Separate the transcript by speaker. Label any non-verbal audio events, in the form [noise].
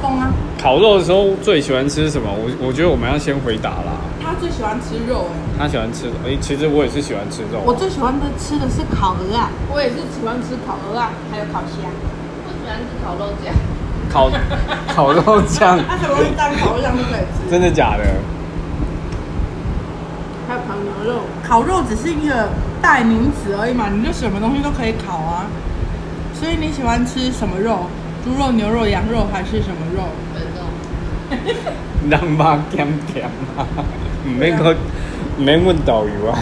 Speaker 1: 风啊。
Speaker 2: 烤肉的时候最喜欢吃什么？我我觉得我们要先回答啦。
Speaker 1: 他最喜欢吃肉哎、
Speaker 2: 他喜欢吃，哎、其实我也是喜欢吃肉。
Speaker 3: 我最喜欢的吃的是烤鹅啊，
Speaker 1: 我也是喜欢吃烤鹅啊，还有烤虾。
Speaker 4: 不喜欢吃烤肉酱，
Speaker 2: 烤烤肉
Speaker 3: [laughs]
Speaker 2: 酱，
Speaker 1: 他很容易当烤肉酱都可以吃，
Speaker 2: 真的 [laughs] 假的？
Speaker 1: 还有烤牛肉。
Speaker 3: 烤肉只是一个
Speaker 1: 代名词而已嘛，你就什么东西都可以烤啊。所以你喜欢吃什么肉？猪肉、牛肉、羊肉还是什么肉？
Speaker 4: 粉肉。
Speaker 2: [laughs] 人肉咸咸啊，唔免去，唔免问导游啊。